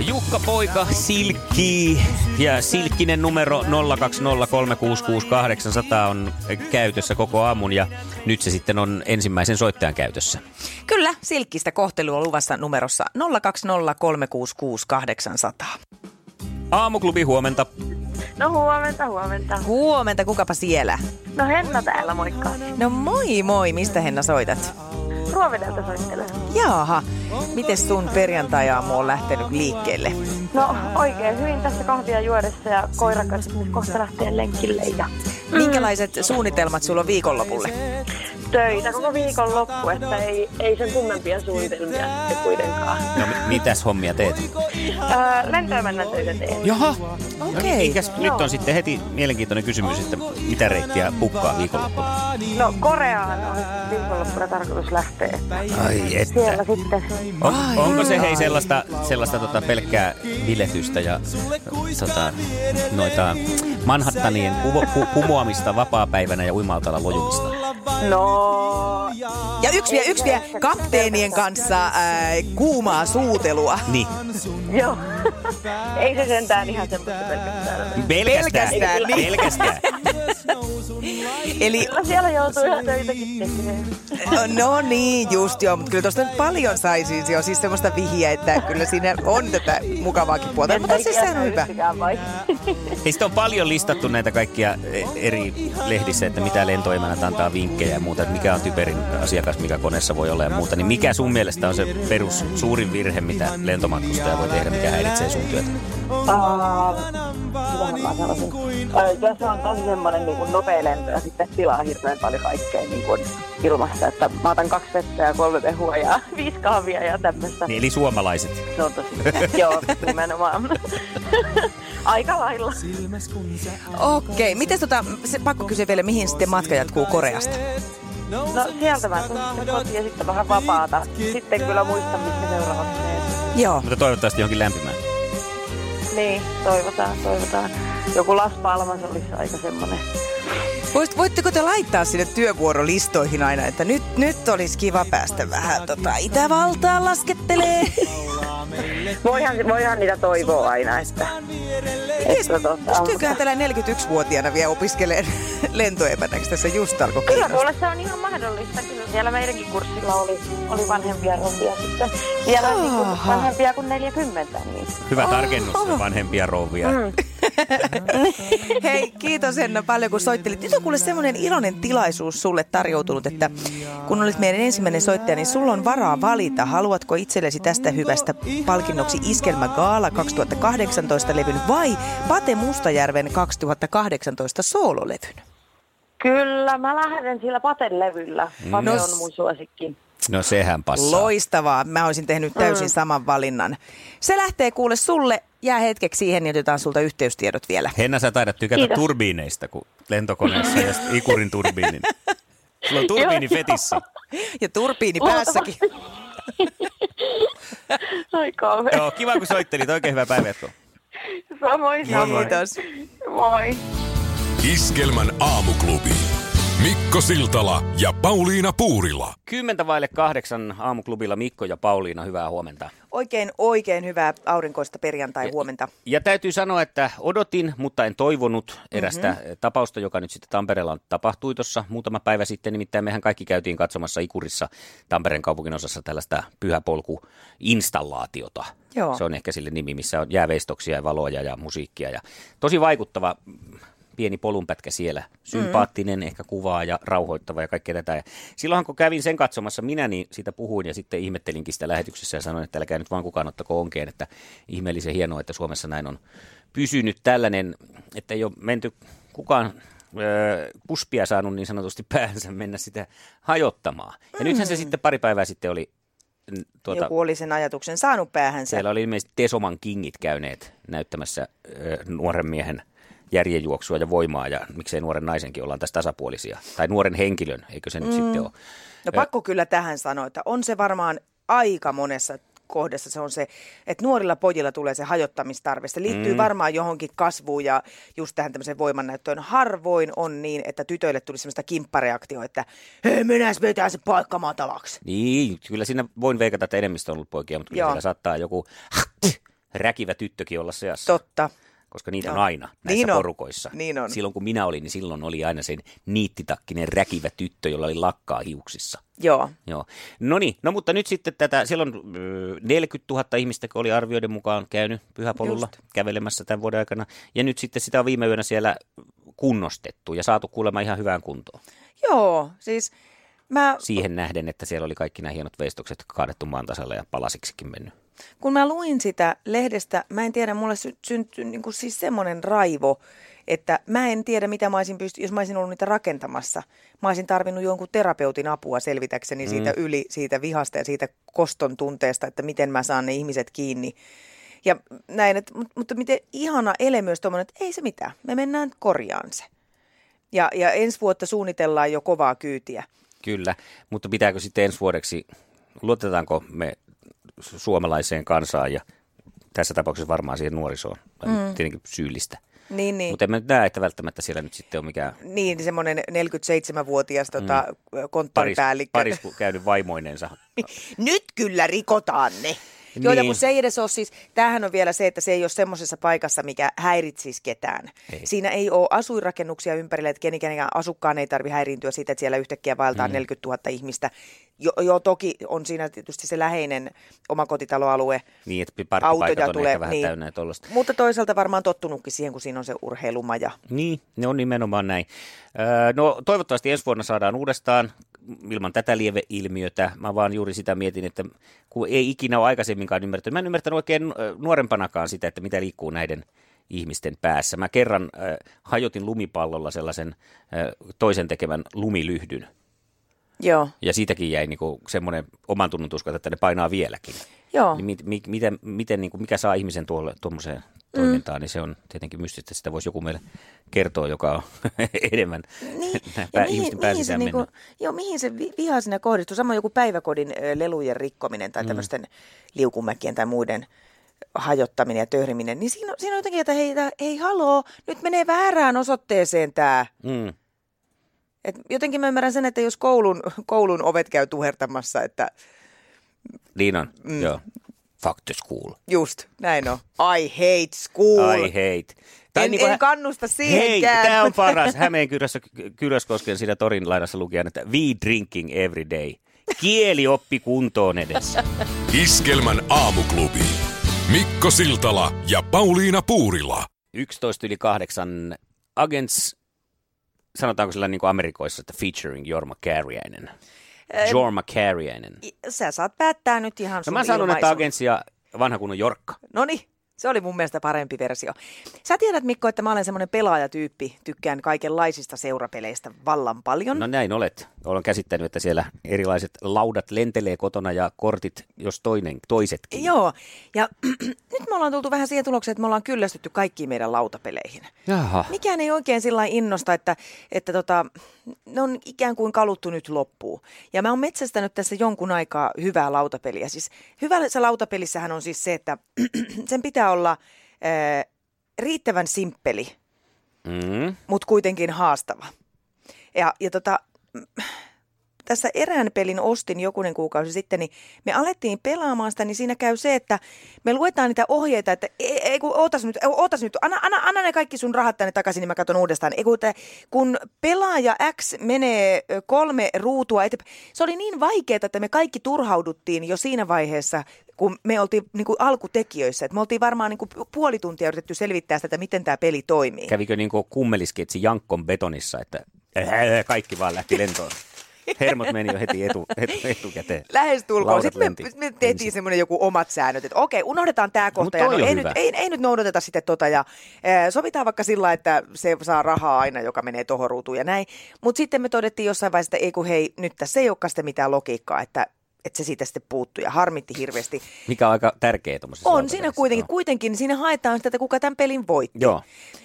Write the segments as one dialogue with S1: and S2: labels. S1: Jukka Poika Silkki ja Silkkinen numero 020366800 on käytössä koko aamun ja nyt se sitten on ensimmäisen soittajan käytössä.
S2: Kyllä, silkkistä kohtelua luvassa numerossa 020366800.
S1: Aamuklubi huomenta.
S3: No huomenta, huomenta.
S2: Huomenta, kukapa siellä?
S3: No Henna täällä, moikka.
S2: No moi moi, mistä Henna soitat?
S3: Ruovedelta soittelen.
S2: Jaaha, miten sun perjantai-aamu on lähtenyt liikkeelle?
S3: No oikein hyvin tässä kahvia juodessa ja koiran kanssa nyt kohta lähtee lenkille ja
S2: Minkälaiset suunnitelmat sulla on viikonlopulle?
S3: töitä koko viikon loppu, että ei, ei sen kummempia suunnitelmia sitten kuitenkaan.
S1: No mi- mitäs hommia teet?
S3: Öö, lentoja mennään töitä teen.
S1: Jaha.
S2: Okei.
S1: niin, No, Mikäs, nyt on sitten heti mielenkiintoinen kysymys, että mitä reittiä pukkaa viikonloppuna?
S3: No Koreaan on viikonloppuna tarkoitus lähteä. että
S1: Ai
S3: Siellä sitten.
S1: On,
S2: Ai,
S1: onko se
S2: joo.
S1: hei sellaista, sellaista tota, pelkkää viletystä ja tota, noita Manhattanien kuvo- ku- kumoamista vapaapäivänä ja uimaltalla lojumista?
S3: No,
S2: Ja yksi vielä, yksi vielä, kapteenien kanssa ää, kuumaa suutelua.
S1: Niin,
S3: joo. ei se sentään ihan semmoista pelkästään. ole.
S1: pelkästään.
S2: Pelkästään, niin.
S1: pelkästään.
S2: Eli
S3: Kyllä siellä joutuu ihan töitäkin tekemään.
S2: no niin, just joo, mutta kyllä tuosta nyt paljon sai siis jo siis semmoista vihiä, että kyllä siinä on tätä mukavaakin puolta, mutta siis sehän on hyvä.
S3: Yksikään vai?
S1: Hei, sitä on paljon listattu näitä kaikkia e, eri lehdissä, että mitä lentoimänät antaa vinkkejä ja muuta, että mikä on typerin asiakas, mikä koneessa voi olla ja muuta. Niin mikä sun mielestä on se perus suurin virhe, mitä lentomatkustaja voi tehdä, mikä häiritsee sun työtä?
S3: Ah, mitähän mä sanoisin? Ö, Kyllä se on tosi semmoinen niin kuin nopea lento ja sitten tilaa hirveän paljon kaikkea niin kuin ilmasta. Että mä otan kaksi vettä ja kolme mehua ja viisi kahvia ja tämmöistä.
S1: Niin, eli suomalaiset.
S3: Se on tosi Joo, nimenomaan. Aika lailla.
S2: Okei, miten tota, se, pakko kysyä vielä, mihin sitten matka jatkuu Koreasta?
S3: No sieltä mä tulen sitten kotiin ja sitten vähän vapaata. Sitten kyllä muistan, mitkä seuraavaksi menee.
S2: Joo.
S1: Mutta toivottavasti johonkin lämpimään.
S3: Niin, toivotaan, toivotaan. Joku Las Palmas olisi aika semmoinen.
S2: Voist, voitteko te laittaa sinne työvuorolistoihin aina, että nyt, nyt olisi kiva päästä vähän tota, Itävaltaan laskettelee?
S3: Voihan, voihan niitä toivoa aina, että... että tota,
S2: Pystyyköhän tällä 41-vuotiaana vielä opiskelemaan lentoepännäksi tässä just alkoi
S3: Kyllä
S2: kiinnostaa.
S3: kuule, se on ihan mahdollista. Kyllä siellä meidänkin kurssilla oli, oli vanhempia rouvia sitten. Siellä on niin kuin
S2: Jaha.
S3: vanhempia kuin 40, niin
S1: Hyvä tarkennus vanhempia rouvia.
S3: Mm.
S2: Hei, kiitos Henna paljon kun soittelit. Nyt on kuule semmoinen iloinen tilaisuus sulle tarjoutunut, että kun olet meidän ensimmäinen soittaja, niin sulla on varaa valita, haluatko itsellesi tästä hyvästä palkinnoksi Iskelmä Gaala 2018 levyn vai Pate Mustajärven 2018 soololevyn.
S3: Kyllä, mä lähden sillä Paten levyllä. Pate
S2: No s-
S3: on mun suosikki.
S1: No sehän passaa.
S2: Loistavaa, mä olisin tehnyt täysin saman valinnan. Se lähtee kuule sulle, jää hetkeksi siihen, niin otetaan sulta yhteystiedot vielä.
S1: Henna, sä taidat tykätä
S3: Kiitos.
S1: turbiineista, kun lentokoneessa ja sit ikurin turbiinin. Sulla on turbiini
S3: Joo,
S1: fetissä.
S2: Ja turbiini päässäkin.
S3: Ai kauhean.
S1: Joo, kiva kun soittelit. Oikein hyvää päivänjatkoa.
S3: Samoin, samoin.
S2: No Kiitos.
S3: Moi.
S4: Iskelmän aamuklubi. Mikko Siltala ja Pauliina Puurila.
S1: Kymmentä vaille kahdeksan aamuklubilla Mikko ja Pauliina, hyvää huomenta.
S2: Oikein, oikein hyvää aurinkoista perjantai-huomenta.
S1: Ja täytyy sanoa, että odotin, mutta en toivonut erästä mm-hmm. tapausta, joka nyt sitten Tampereella tapahtui tuossa muutama päivä sitten. Nimittäin mehän kaikki käytiin katsomassa Ikurissa Tampereen kaupungin osassa tällaista pyhäpolkuinstallaatiota.
S2: Joo.
S1: Se on ehkä sille nimi, missä on jääveistoksia ja valoja ja musiikkia. Ja tosi vaikuttava mm, pieni polunpätkä siellä. Sympaattinen mm. ehkä kuvaa ja rauhoittava ja kaikkea tätä. Ja silloinhan kun kävin sen katsomassa minä, niin siitä puhuin ja sitten ihmettelinkin sitä lähetyksessä ja sanoin, että älkää nyt vaan kukaan ottako onkeen, että ihmeellisen hienoa, että Suomessa näin on pysynyt tällainen, että ei ole menty kukaan öö, puspia saanut niin sanotusti päänsä mennä sitä hajottamaan. Ja nythän se sitten pari päivää sitten oli n-
S2: Tuota,
S1: tuota,
S2: Joku oli sen ajatuksen saanut päähänsä.
S1: siellä oli ilmeisesti Tesoman kingit käyneet näyttämässä ö, nuoren miehen järjenjuoksua ja voimaa ja miksei nuoren naisenkin ollaan tässä tasapuolisia. Tai nuoren henkilön, eikö se nyt mm. sitten ole.
S2: No pakko kyllä tähän sanoa, että on se varmaan aika monessa kohdassa se on se, että nuorilla pojilla tulee se hajottamistarve. Se liittyy mm. varmaan johonkin kasvuun ja just tähän tämmöiseen voimannäyttöön. Harvoin on niin, että tytöille tuli semmoista kimppareaktioa, että hei mennään vetää se paikka matalaksi.
S1: Niin, kyllä siinä voin veikata, että enemmistö on ollut poikia, mutta kyllä
S2: Joo.
S1: siellä saattaa joku räkivä tyttökin olla seassa.
S2: Totta.
S1: koska niitä
S2: Joo.
S1: on aina näissä
S2: Niin on.
S1: porukoissa.
S2: Niin on.
S1: Silloin kun minä olin, niin silloin oli aina sen niittitakkinen räkivä tyttö, jolla oli lakkaa hiuksissa.
S2: Joo.
S1: Joo. No niin, no mutta nyt sitten tätä, siellä on ö, 40 000 ihmistä, kun oli arvioiden mukaan käynyt pyhäpolulla
S2: Just.
S1: kävelemässä tämän vuoden aikana. Ja nyt sitten sitä on viime yönä siellä kunnostettu ja saatu kuulemma ihan hyvään kuntoon.
S2: Joo, siis mä
S1: Siihen nähden, että siellä oli kaikki nämä hienot veistokset kaadettu maan tasalle ja palasiksikin mennyt.
S2: kun mä luin sitä lehdestä, mä en tiedä, mulle sy- syntyi niin kuin siis semmoinen raivo, että mä en tiedä, mitä mä olisin pystynyt, jos mä olisin ollut niitä rakentamassa. Mä olisin tarvinnut jonkun terapeutin apua selvitäkseni mm. siitä yli, siitä vihasta ja siitä koston tunteesta, että miten mä saan ne ihmiset kiinni. Ja näin, että, mut- mutta miten ihana ele myös tuommoinen, että ei se mitään, me mennään korjaan se. Ja, ja ensi vuotta suunnitellaan jo kovaa kyytiä.
S1: Kyllä, mutta pitääkö sitten ensi vuodeksi, luotetaanko me su- suomalaiseen kansaan ja tässä tapauksessa varmaan siihen nuorisoon, mm. tietenkin syyllistä.
S2: Niin, niin.
S1: Mutta en mä nyt näe, että välttämättä siellä nyt sitten on mikään
S2: Niin, semmoinen 47-vuotias tota, mm.
S1: paris,
S2: konttoripäällikkö.
S1: paris käynyt vaimoinensa.
S2: Nyt kyllä rikotaan ne. Niin. Joo, ja kun
S1: Niin.
S2: se ei edes ole siis, tämähän on vielä se, että se ei ole semmoisessa paikassa, mikä häiritsisi ketään.
S1: Ei.
S2: Siinä ei ole asuinrakennuksia ympärillä, että kenenkään asukkaan ei tarvi häiriintyä siitä, että siellä yhtäkkiä vaeltaa mm. 40 000 ihmistä. Jo, joo, toki on siinä tietysti se läheinen omakotitaloalue,
S1: Niin, että
S2: autoja
S1: parkkipaikat on
S2: tulee.
S1: ehkä vähän
S2: niin.
S1: täynnä ja tollaista.
S2: Mutta toisaalta varmaan tottunutkin siihen, kun siinä on se urheilumaja.
S1: Niin, ne on nimenomaan näin. Öö, no toivottavasti ensi vuonna saadaan uudestaan ilman tätä lieveilmiötä. Mä vaan juuri sitä mietin, että kun ei ikinä ole aikaisemminkaan ymmärtänyt. Mä en ymmärtänyt oikein ö, nuorempanakaan sitä, että mitä liikkuu näiden ihmisten päässä. Mä kerran ö, hajotin lumipallolla sellaisen ö, toisen tekemän lumilyhdyn.
S2: Joo,
S1: Ja siitäkin jäi niinku semmoinen oman tunnon tuska, että ne painaa vieläkin.
S2: joo.
S1: Niin mit, mit, miten, miten, niin kuin, mikä saa ihmisen tuolle, tuommoiseen
S2: Mm.
S1: toimintaan, niin se on tietenkin mystistä. Sitä voisi joku meille kertoa, joka on enemmän
S2: Niin,
S1: näin
S2: ja
S1: pää- ihmisten
S2: mihin, mihin, se
S1: pääsisään
S2: niinku,
S1: niinku...
S2: joo, mihin se vi- viha siinä kohdistuu? Samoin joku päiväkodin ö, lelujen rikkominen
S1: Mm.
S2: tai tämmöisten liukumäkien tai muiden hajottaminen ja töhriminen, niin siinä, on- siinä on jotenkin, että hei, tää- hei haloo, nyt menee väärään osoitteeseen tämä.
S1: mm.
S2: Et jotenkin mä ymmärrän sen, että jos koulun, koulun ovet käy tuhertamassa, että
S1: Niin on, mm. joo. Fuck the school.
S2: just näin on. I hate school.
S1: I hate.
S2: en,
S1: niinku
S2: en
S1: hä-
S2: kannusta
S1: Hei,
S2: siihenkään.
S1: tämä on paras. Hämeenkyrössä Kyröskosken siinä torin laidassa luki aina, että we drinking every day. Kieli oppi kuntoon edessä.
S4: Iskelmän aamuklubi. Mikko Siltala ja Pauliina Puurila.
S1: 11 yli 8 Agents, sanotaanko sillä niin kuin Amerikoissa, että featuring Jorma Kääriäinen. Jorma Kääriäinen.
S2: Sä saat päättää nyt ihan
S1: No
S2: sun
S1: mä sanon, että
S2: ilmaisun.
S1: Agents ja vanha kunnon Jorkka.
S2: No niin, se oli mun mielestä parempi versio. Sä tiedät Mikko, että mä olen semmoinen pelaajatyyppi, tykkään kaikenlaisista seurapeleistä vallan paljon.
S1: No
S2: No.
S1: näin olet. Olen käsittänyt, että siellä erilaiset laudat lentelee kotona ja kortit, jos toinen, toisetkin.
S2: Joo, ja nyt me ollaan tultu vähän siihen tulokseen, että me ollaan kyllästytty kaikkiin meidän lautapeleihin.
S1: Jaha.
S2: Mikään ei oikein sillä lailla innosta, että, että tota, ne on ikään kuin kaluttu nyt loppuun. Ja mä oon metsästänyt tässä jonkun aikaa hyvää lautapeliä. Siis hyvässä lautapelissähän on siis se, että sen pitää olla ää, riittävän simppeli –
S1: Mm.
S2: mutta kuitenkin haastava. Ja, ja tota, mm, tässä erään pelin ostin jokunen kuukausi sitten, niin me alettiin pelaamaan sitä, niin siinä käy se, että me luetaan niitä ohjeita, että ei, ei kun ootas nyt, ei, ootas nyt, anna, anna, anna ne kaikki sun rahat tänne takaisin, niin mä katson uudestaan. Ei, kun, että, kun pelaaja X menee ö, kolme ruutua eteenpäin, se oli niin vaikeaa, että me kaikki turhauduttiin jo siinä vaiheessa, kun me oltiin niin kuin alkutekijöissä, että me oltiin varmaan niin kuin puoli tuntia yritetty selvittää sitä, että miten tämä peli toimii.
S1: Kävikö niin kuin kummelisketsi Jankkon betonissa, että äh, kaikki vaan lähti lentoon. Hermot meni jo heti etu, etu, etukäteen.
S2: Lähestulkoon.
S1: Laudat
S2: Sitten
S1: lenti
S2: me, me
S1: ensin.
S2: tehtiin semmoinen joku omat säännöt, että okei, unohdetaan tämä
S1: toi
S2: kohta. ja no,
S1: on
S2: ei,
S1: hyvä.
S2: nyt, ei, ei nyt noudateta sitten tota ja ää, sovitaan vaikka sillä, että se saa rahaa aina, joka menee tohon ruutuun ja näin. Mutta sitten me todettiin jossain vaiheessa, että ei kun hei, nyt tässä ei olekaan sitä mitään logiikkaa, että että se siitä sitten puuttui ja harmitti hirveästi.
S1: Mikä on aika tärkeä tuommoisessa
S2: On siinä kuitenkin, kuitenkin siinä haetaan sitä, että kuka tämän pelin voitti.
S1: Joo.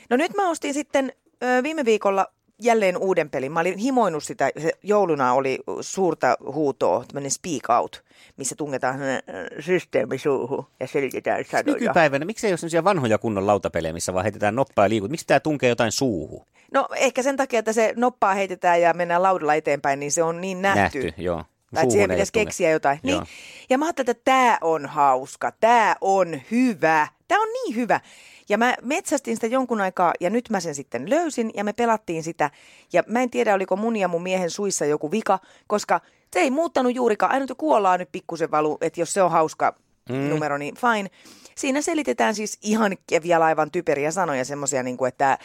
S2: No nyt mä ostin sitten ö, viime viikolla jälleen uuden pelin. Mä olin himoinut sitä, se jouluna oli suurta huutoa, tämmöinen speak out, missä tungetaan ö, systeemi suuhun ja selitetään sanoja.
S1: Nykypäivänä, miksei ole sellaisia vanhoja kunnon lautapelejä, missä vaan heitetään noppaa ja liikut? Miksi tämä tunkee jotain suuhun?
S2: No ehkä sen takia, että se noppaa heitetään ja mennään laudalla eteenpäin, niin se on niin nähty.
S1: Nähty, joo.
S2: Tai että
S1: Suuhun
S2: siihen
S1: ei
S2: pitäisi
S1: tunne.
S2: keksiä jotain. Niin.
S1: Joo.
S2: Ja mä ajattelin, että tämä on hauska, tämä on hyvä, tämä on niin hyvä. Ja mä metsästin sitä jonkun aikaa ja nyt mä sen sitten löysin ja me pelattiin sitä. Ja mä en tiedä, oliko mun ja mun miehen suissa joku vika, koska se ei muuttanut juurikaan. Aina nyt kuollaan nyt pikkusen valu, että jos se on hauska mm. numero, niin fine. Siinä selitetään siis ihan ja vielä aivan typeriä sanoja, semmoisia niin kuin, että äh,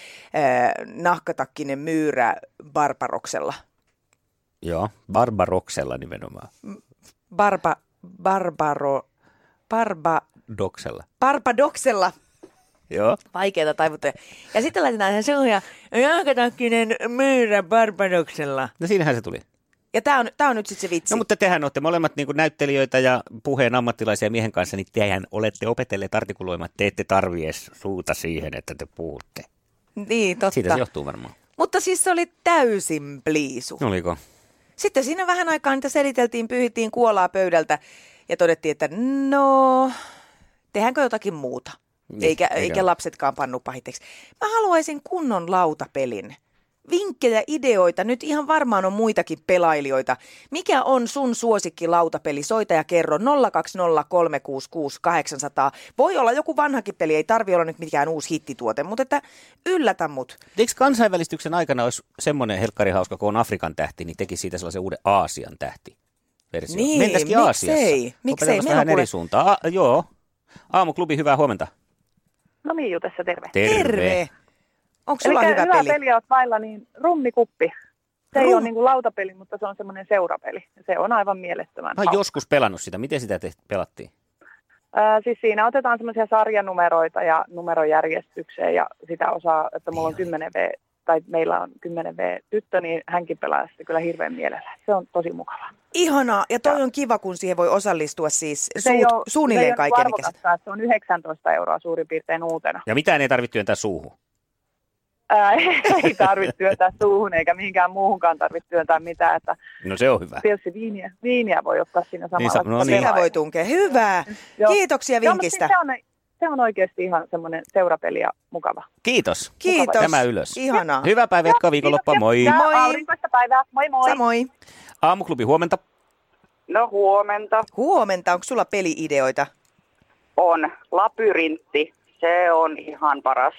S2: nahkatakkinen myyrä barbaroksella.
S1: Joo, Barbaroksella nimenomaan.
S2: Barba, barbaro, barba,
S1: Doksella.
S2: barbadoksella.
S1: Joo.
S2: Vaikeita taivutteja. Ja sitten laitetaan sen sellaisia jalkatakkinen myyrä barbadoksella.
S1: No siinähän se tuli.
S2: Ja tämä on, tää on nyt sitten se vitsi.
S1: No mutta tehän olette molemmat niin näyttelijöitä ja puheen ammattilaisia miehen kanssa, niin tehän olette opetelleet artikuloimaan, että te ette tarvii edes suuta siihen, että te puhutte.
S2: niin, totta.
S1: Siitä se johtuu varmaan.
S2: Mutta siis se oli täysin pliisu.
S1: No Oliko?
S2: Sitten siinä vähän aikaa niitä seliteltiin, pyyhittiin kuolaa pöydältä ja todettiin, että no, tehdäänkö jotakin muuta.
S1: Niin,
S2: Eikä,
S1: eikä-
S2: eikä lapsetkaan pannu pahiteksi. Mä haluaisin kunnon lautapelin. Vinkkejä, ideoita, nyt ihan varmaan on muitakin pelailijoita. Mikä on sun suosikki lautapeli? Soita ja kerro 020366800. Voi olla joku vanhakin peli, ei tarvi olla nyt mikään uusi hittituote, mutta että yllätä mut.
S1: Eikö kansainvälistyksen aikana olisi semmoinen helkkari hauska, kun on Afrikan tähti, niin teki siitä sellaisen uuden Aasian tähti. Versio.
S2: Niin,
S1: Mentäisikin Aasiassa.
S2: miksei? Miksei?
S1: Opetellaan
S2: Meillä on
S1: vähän
S2: kuule-
S1: eri suuntaan. A, joo. Aamuklubi, hyvää huomenta.
S3: No niin, tässä terve.
S2: Terve! Onko
S3: Eli
S2: sulla hyvä,
S3: hyvä
S2: peli?
S3: peliä oot vailla, niin rummikuppi. Se ei
S2: Rum-
S3: ole niin kuin lautapeli, mutta se on semmoinen seurapeli. Se on aivan mielettömän
S2: No
S1: Mä oon
S3: hauska.
S1: joskus pelannut sitä. Miten sitä te pelattiin?
S3: Ää, siis siinä otetaan semmoisia sarjanumeroita ja numerojärjestykseen ja sitä osaa, että mulla on 10 V tai meillä on 10 V tyttö, niin hänkin pelaa sitä kyllä hirveän mielellä. Se on tosi mukavaa.
S2: Ihanaa, ja toi on kiva, kun siihen voi osallistua siis
S3: ei
S2: suut,
S3: oo- se ei
S2: suunnilleen
S3: oo
S2: kaiken
S3: niinku arvokasta, että se on 19 euroa suurin piirtein uutena.
S1: Ja mitään ei tarvitse työntää suuhun.
S3: Ää, ei tarvitse työntää suuhun eikä mihinkään muuhunkaan tarvitse työntää mitään. Että
S1: No se on hyvä.
S3: tietysti viiniä, viiniä voi ottaa siinä samalla.
S1: sa- no niin.
S3: kun
S2: Sitä
S3: pelaa.
S2: voi tunkea. Hyvä.
S3: Mm, Joo.
S2: Kiitoksia
S3: Joo, mutta siis
S2: vinkistä.
S3: Se on, se on oikeasti ihan semmoinen seurapeli ja mukava.
S1: Kiitos.
S2: Kiitos.
S1: Tämä ylös.
S2: Ihanaa.
S1: Hyvää päivää, jatkaa viikonloppua. Moi.
S3: Ja
S2: Moi.
S3: Aurinkoista päivää. Moi moi.
S2: Samoin.
S1: Aamuklubi, huomenta.
S3: No huomenta.
S2: Huomenta, onko sulla peliideoita?
S3: On labyrintti. Se on ihan paras.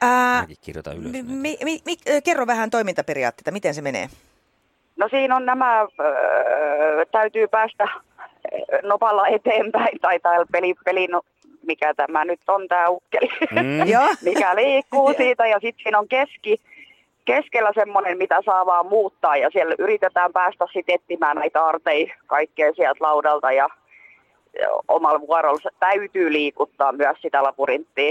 S2: Ää,
S1: Mäkin kirjoitan ylös.
S2: mi,
S1: näitä.
S2: mi, mi, ö, kerro vähän toimintaperiaatteita, miten se menee?
S3: No siinä on nämä, öö, täytyy päästä öö, nopalla eteenpäin, tai täällä peli, peli no, mikä tämä nyt on tämä ukkeli,
S1: Mm.
S2: Joo.
S3: mikä liikkuu siitä, ja sitten siinä on keski, keskellä semmoinen, mitä saa vaan muuttaa, ja siellä yritetään päästä sitten etsimään näitä arteja kaikkea sieltä laudalta, ja ja omalla vuorolla se täytyy liikuttaa myös sitä labyrinttiä.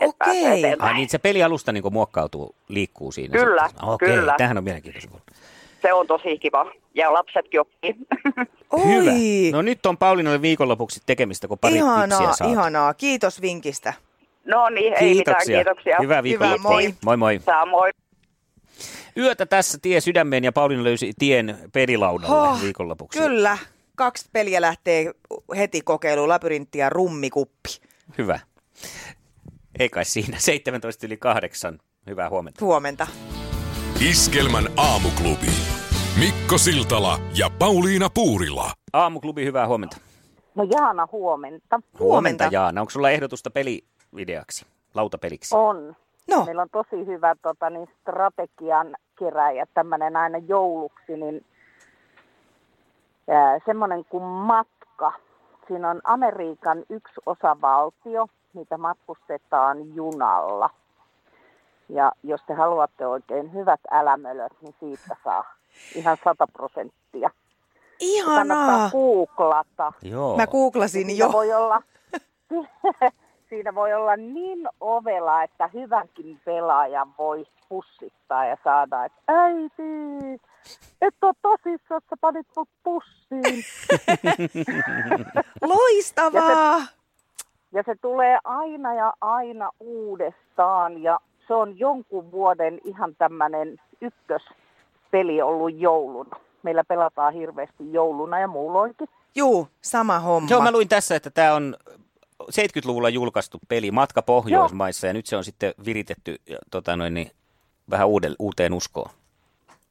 S3: että pääsee
S2: Okei.
S3: eteenpäin.
S1: Ai niin, se pelialusta niin muokkautuu, liikkuu siinä.
S3: Kyllä,
S1: sitten. Okei,
S3: kyllä.
S1: tämähän on mielenkiintoista.
S3: Se on tosi kiva, ja lapsetkin oppii.
S1: Hyvä.
S2: Oi,
S1: No nyt on Paulinalle viikonlopuksi tekemistä, kun pari
S2: ihanaa,
S1: tipsiä saat.
S2: ihanaa. Kiitos vinkistä.
S3: No niin, ei mitään, kiitoksia.
S1: Hyvää viikonloppua.
S2: moi.
S1: moi. moi.
S3: Samoin.
S1: Yötä tässä tie sydämeen ja Pauliina löysi tien pelilaudalle
S2: Hoh,
S1: viikonlopuksi.
S2: Kyllä, kaksi peliä lähtee heti kokeiluun, labyrintti ja rummikuppi.
S1: Hyvä. Ei kai siinä. 17 yli 8. Hyvää huomenta.
S2: Huomenta.
S4: Iskelmän aamuklubi. Mikko Siltala ja Pauliina Puurila.
S1: Aamuklubi, hyvää huomenta.
S3: No Jaana, huomenta.
S2: Huomenta.
S1: Jaana. Onko sulla ehdotusta pelivideaksi? Lautapeliksi.
S3: On.
S2: No,
S3: Meillä on tosi hyvä tota, niin strategian keräjä, tämmöinen aina jouluksi, niin ää, semmoinen kuin matka. Siinä on Amerikan yksi osavaltio, niitä matkustetaan junalla. Ja jos te haluatte oikein hyvät älämölöt, niin siitä saa ihan 100 prosenttia. Kannattaa
S2: ihanaa.
S3: googlata.
S1: Joo.
S2: Mä googlasin
S3: Siinä
S2: jo.
S3: voi olla, siinä voi olla niin ovela, että hyvänkin pelaajan voi pussittaa ja saada, että äiti, et ole tosissaan, sä panit mut pussiin.
S2: Loistavaa!
S3: Ja se tulee aina ja aina uudestaan ja se on jonkun vuoden ihan tämmöinen ykköspeli ollut jouluna. Meillä pelataan hirveästi jouluna ja muulloinkin.
S2: Juu, sama homma.
S1: Joo, mä luin tässä, että tämä on 70-luvulla julkaistu peli Matka Pohjoismaissa ja nyt se on sitten viritetty ja, tota noin, niin, vähän uudel, uuteen uskoon.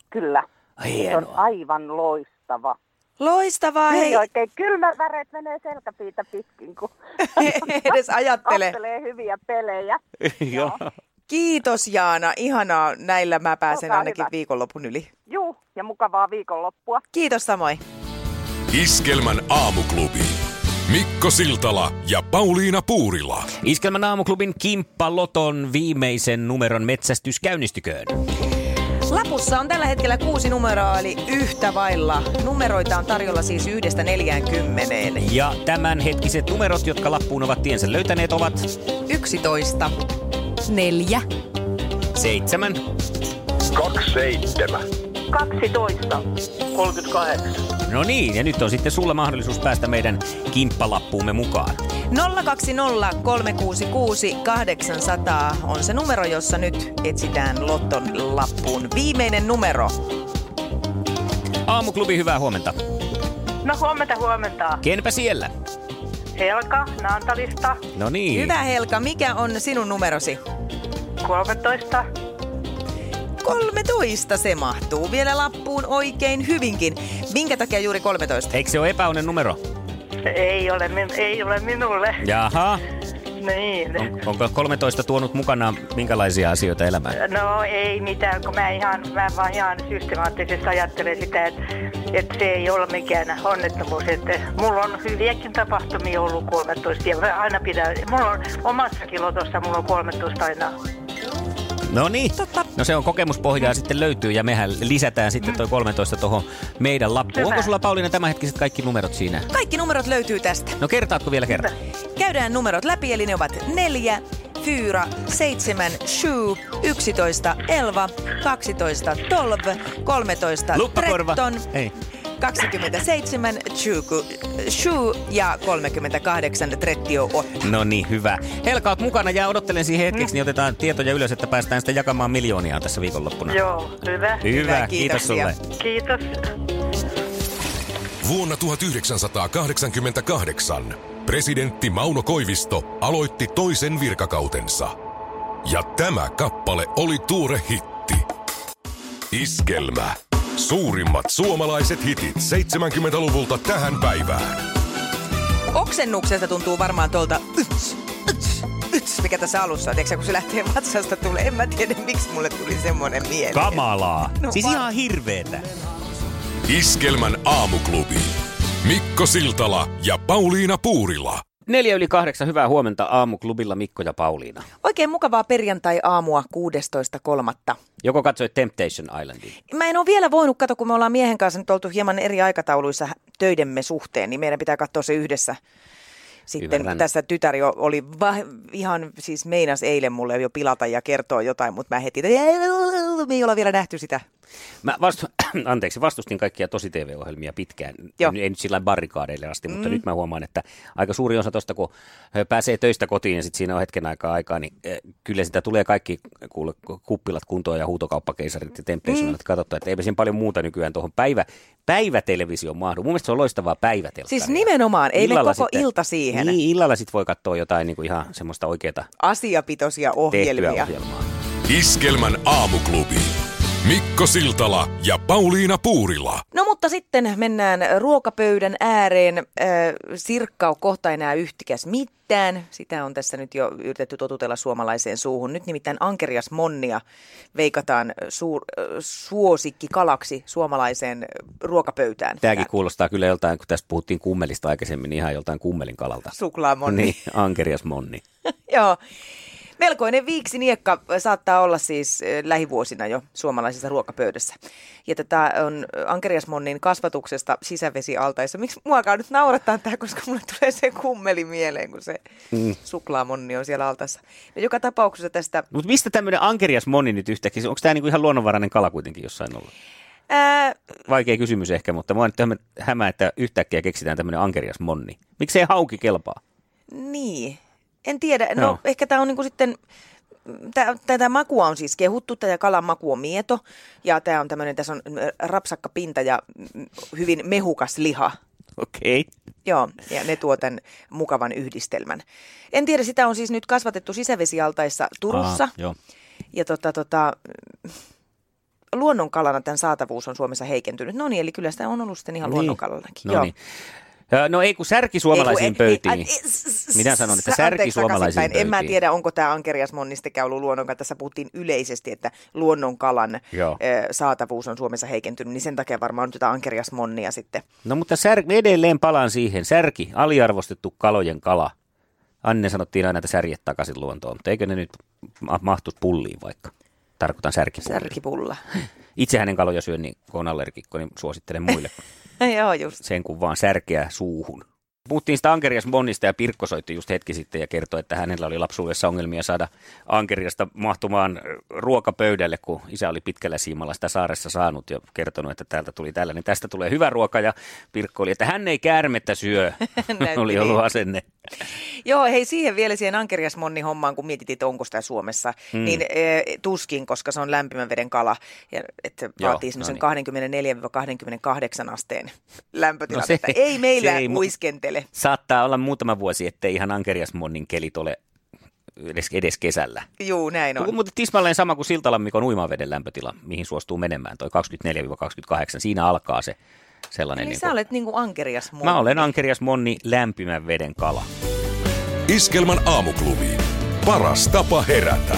S3: Kyllä. Se on
S1: Hienoa.
S3: aivan loistava.
S2: Loistavaa, hei.
S3: Hei. Niin Oikein kylmä väreet menee selkäpiitä pitkin, kun
S2: Edes ajattele.
S3: katselee hyviä pelejä.
S1: Joo.
S2: Kiitos Jaana, ihanaa. Näillä mä pääsen
S3: Olkaa
S2: ainakin
S3: hyvä.
S2: viikonlopun yli.
S3: Juu, ja mukavaa viikonloppua.
S2: Kiitos samoin.
S4: Iskelmän aamuklubi. Mikko Siltala ja Pauliina Puurila.
S1: Iskelmän aamuklubin kimppaloton viimeisen numeron metsästys käynnistyköön.
S2: Lapussa on tällä hetkellä kuusi numeroa, eli yhtä vailla. Numeroita on tarjolla siis yhdestä neljäänkymmeneen.
S1: Ja tämänhetkiset numerot, jotka lappuun ovat tiensä löytäneet, ovat
S2: 11,
S5: neljä,
S1: seitsemän,
S3: 12. 38.
S1: No niin, ja nyt on sitten sulla mahdollisuus päästä meidän kimppalappuumme mukaan.
S2: 020 366 800 on se numero, jossa nyt etsitään Lotton lappuun. Viimeinen numero.
S1: Aamuklubi, hyvää huomenta.
S3: No huomenta, huomenta.
S1: Kenpä siellä?
S3: Helka Naantalista,
S1: No niin.
S2: Hyvä Helka, mikä on sinun numerosi?
S3: 13.
S2: 13 se mahtuu vielä lappuun oikein hyvinkin. Minkä takia juuri 13?
S1: Eikö se ole epäonnen numero?
S3: Se ei ole, min- ei ole minulle.
S1: Jaha.
S3: Niin.
S1: On, onko 13 tuonut mukanaan minkälaisia asioita elämään?
S3: No ei mitään, kun mä, ihan, mä vaan ihan systemaattisesti ajattelen sitä, että, että se ei ole mikään onnettomuus. Että mulla on hyviäkin tapahtumia ollut 13 ja mä aina pidän, mulla on omassakin lotossa, mulla on 13 aina.
S1: No niin. No se on kokemuspohjaa sitten löytyy ja mehän lisätään sitten toi 13 tuohon meidän lappuun.
S3: Hyvä.
S1: Onko sulla Pauliina tämänhetkiset kaikki numerot siinä?
S2: Kaikki numerot löytyy tästä.
S1: No kertaatko vielä kerran?
S2: Käydään numerot läpi, eli ne ovat 4, Fyyra, 7, Shoe, 11, Elva, 12, Tolv, 13,
S1: Luppakorva.
S2: Tretton,
S1: Ei.
S2: 27, Chuku, Shoe ja 38, Trettio Otta.
S1: No niin, hyvä. Helka, oot mukana ja odottelen siihen hetkeksi,
S2: Mm.
S1: niin otetaan tietoja ylös, että päästään sitten jakamaan miljoonia tässä viikonloppuna.
S3: Joo, hyvä.
S1: Hyvä,
S2: Hyvä,
S1: kiitos
S2: kiitoksia.
S1: sulle.
S3: Kiitos.
S4: Vuonna 1988 presidentti Mauno Koivisto aloitti toisen virkakautensa. Ja tämä kappale oli tuore hitti. Iskelmä. Suurimmat suomalaiset hitit 70-luvulta tähän päivään.
S2: Oksennuksesta tuntuu varmaan tuolta yts, yts, yts, mikä tässä alussa on. Tiedätkö, sä, kun se lähtee vatsasta tulee. En mä tiedä, miksi mulle tuli semmoinen mieleen.
S1: Kamalaa.
S2: No
S1: siis
S2: var-
S1: ihan hirveetä.
S4: Iskelmän aamuklubi. Mikko Siltala ja Pauliina Puurila.
S1: Neljä yli kahdeksan, hyvää huomenta aamuklubilla Mikko ja Pauliina.
S2: Oikein mukavaa perjantai-aamua 16.3.
S1: Joko katsoit Temptation Islandin?
S2: Mä en ole vielä voinut, kato kun me ollaan miehen kanssa nyt oltu hieman eri aikatauluissa töidemme suhteen, niin meidän pitää katsoa se yhdessä. Sitten
S1: Ymmärrän.
S2: tässä tytäri o- oli va- ihan, siis meinas eilen mulle jo pilata ja kertoa jotain, mutta mä heti, että me ei olla vielä nähty sitä.
S1: Mä vastu- Anteeksi, vastustin kaikkia tosi TV-ohjelmia pitkään.
S2: Joo. Mm.
S1: Ei nyt sillä lailla barrikaadeille asti, mutta nyt mä huomaan, että aika suuri osa tosta, kun ö, pääsee töistä kotiin ja sitten siinä on hetken aikaa aikaa, niin ö, kyllä sitä tulee kaikki kuule, kuppilat kuntoon ja huutokauppakeisarit ja temptation, mm. että katsotaan, että eipä siinä paljon muuta nykyään tuohon päivä, päivätelevisioon mahdu. Mun mielestä se on loistavaa päivätelkkaria.
S2: Siis nimenomaan, ei
S1: Illalla
S2: me koko ilta siihen.
S1: Niin, illalla sitten voi katsoa jotain niin kuin ihan semmoista oikeata
S2: Asiapitoisia ohjelmia.
S1: tehtyä ohjelmaa.
S4: Iskelmän aamuklubi. Mikko Siltala ja Pauliina Puurila.
S2: No mutta sitten mennään ruokapöydän ääreen. Äh, sirkka on kohta enää yhtikäs mitään. Sitä on tässä nyt jo yritetty totutella suomalaiseen suuhun. Nyt nimittäin ankerias monnia veikataan suur, äh, suosikki kalaksi suomalaiseen ruokapöytään.
S1: Tämäkin kuulostaa kyllä joltain, kun tässä puhuttiin kummelista aikaisemmin, niin ihan joltain kummelin kalalta.
S2: Suklaaamonni.
S1: Niin, ankerias monni.
S2: Joo. Melkoinen viiksiniekka saattaa olla siis eh, lähivuosina jo suomalaisessa ruokapöydässä. Ja tätä on eh, Ankeriasmonnin kasvatuksesta sisävesialtaissa. Miksi muakaan nyt naurattaa tämä, koska mulle tulee se kummeli mieleen, kun se mm. suklaamonni on siellä altaassa. No, joka tapauksessa tästä
S1: Mutta mistä tämmöinen ankerias moni nyt yhtäkkiä? Onko tämä niinku ihan luonnonvarainen kala kuitenkin jossain ollut?
S2: ää,
S1: Vaikea kysymys ehkä, mutta mua nyt hämä- hämää, että yhtäkkiä keksitään tämmöinen ankerias monni. Miksei hauki kelpaa?
S2: Niin, en tiedä. No
S1: Joo.
S2: ehkä tämä on niinku sitten, mm, tää- tätä makua on siis kehuttu, tätä kalan maku on mieto ja tämä on tämmöinen, tässä on mm, rapsakka pinta ja mm, hyvin mehukas liha.
S1: Okei. Okay.
S2: Joo, ja ne tuo tämän mukavan yhdistelmän. En tiedä, sitä on siis nyt kasvatettu sisävesialtaissa Turussa.
S1: Ah, joo.
S2: Ja tota, tota, luonnonkalana tämän saatavuus on Suomessa heikentynyt. No niin, eli kyllä sitä on ollut sitten ihan niin. luonnonkalanakin.
S1: No, niin. Ö, no ei kun särki suomalaisiin
S2: Ei, kun en-
S1: pöytiin.
S2: ei, ai, s- s-
S1: Minä
S2: s-
S1: sanon, että
S2: s-
S1: särki
S2: anteeksi,
S1: suomalaisiin
S2: takaisinpäin. En mä
S1: pöytiin.
S2: tiedä, onko tämä ankerias monnista ollut luonnon kanssa. Tässä puhuttiin yleisesti, että luonnonkalan
S1: Joo.
S2: ö, saatavuus on Suomessa heikentynyt, niin sen takia varmaan on tätä ankerias monnia sitten.
S1: No mutta sär, edelleen palaan siihen. Särki, aliarvostettu kalojen kala. Anne sanottiin aina, että särjet takaisin luontoon, mutta eikö ne nyt ma- mahtuisi pulliin vaikka? Tarkoitan särkipulliin. Särki.
S2: Särkipulla.
S1: Itse hänen kaloja syön, niin kun on allergikko, niin suosittelen muille
S2: Joo, just.
S1: sen kun vaan särkeä suuhun. Puhuttiin sitä Ankerias Bonnista ja Pirkko soitti just hetki sitten ja kertoi, että hänellä oli lapsuudessa ongelmia saada Ankeriasta mahtumaan ö, ruokapöydälle, kun isä oli pitkällä siimalla sitä saaressa saanut ja kertonut, että täältä tuli tällainen, tästä tulee hyvä ruoka ja Pirkko oli, että hän ei käärmettä syö,
S2: Näytti
S1: oli ollut
S2: niin.
S1: asenne.
S2: Joo, hei siihen vielä siihen ankeriasmonni hommaan, kun mietit, että onko sitä Suomessa,
S1: Hmm.
S2: mm. niin e, tuskin, koska se on lämpimän veden kala, ja, että
S1: Joo,
S2: vaatii
S1: no
S2: semmoisen
S1: niin.
S2: 24-28 asteen lämpötilannetta. No se, ei meillä
S1: se
S2: ei
S1: mu-
S2: uiskentele.
S1: Saattaa olla muutama vuosi, ettei ihan Ankerias Monnin kelit ole edes, edes kesällä.
S2: Juu, näin
S1: No.
S2: on.
S1: Mutta tismalleen sama kuin Siltalan Mikon uimaveden lämpötila, mihin suostuu menemään, toi 24-28, siinä alkaa se sellainen.
S2: Eli
S1: niin
S2: sä olet niinku ankerias monni.
S1: Mä olen Ankerias Monni, lämpimän veden kala.
S4: Iskelmän aamuklubi. Paras tapa herätä.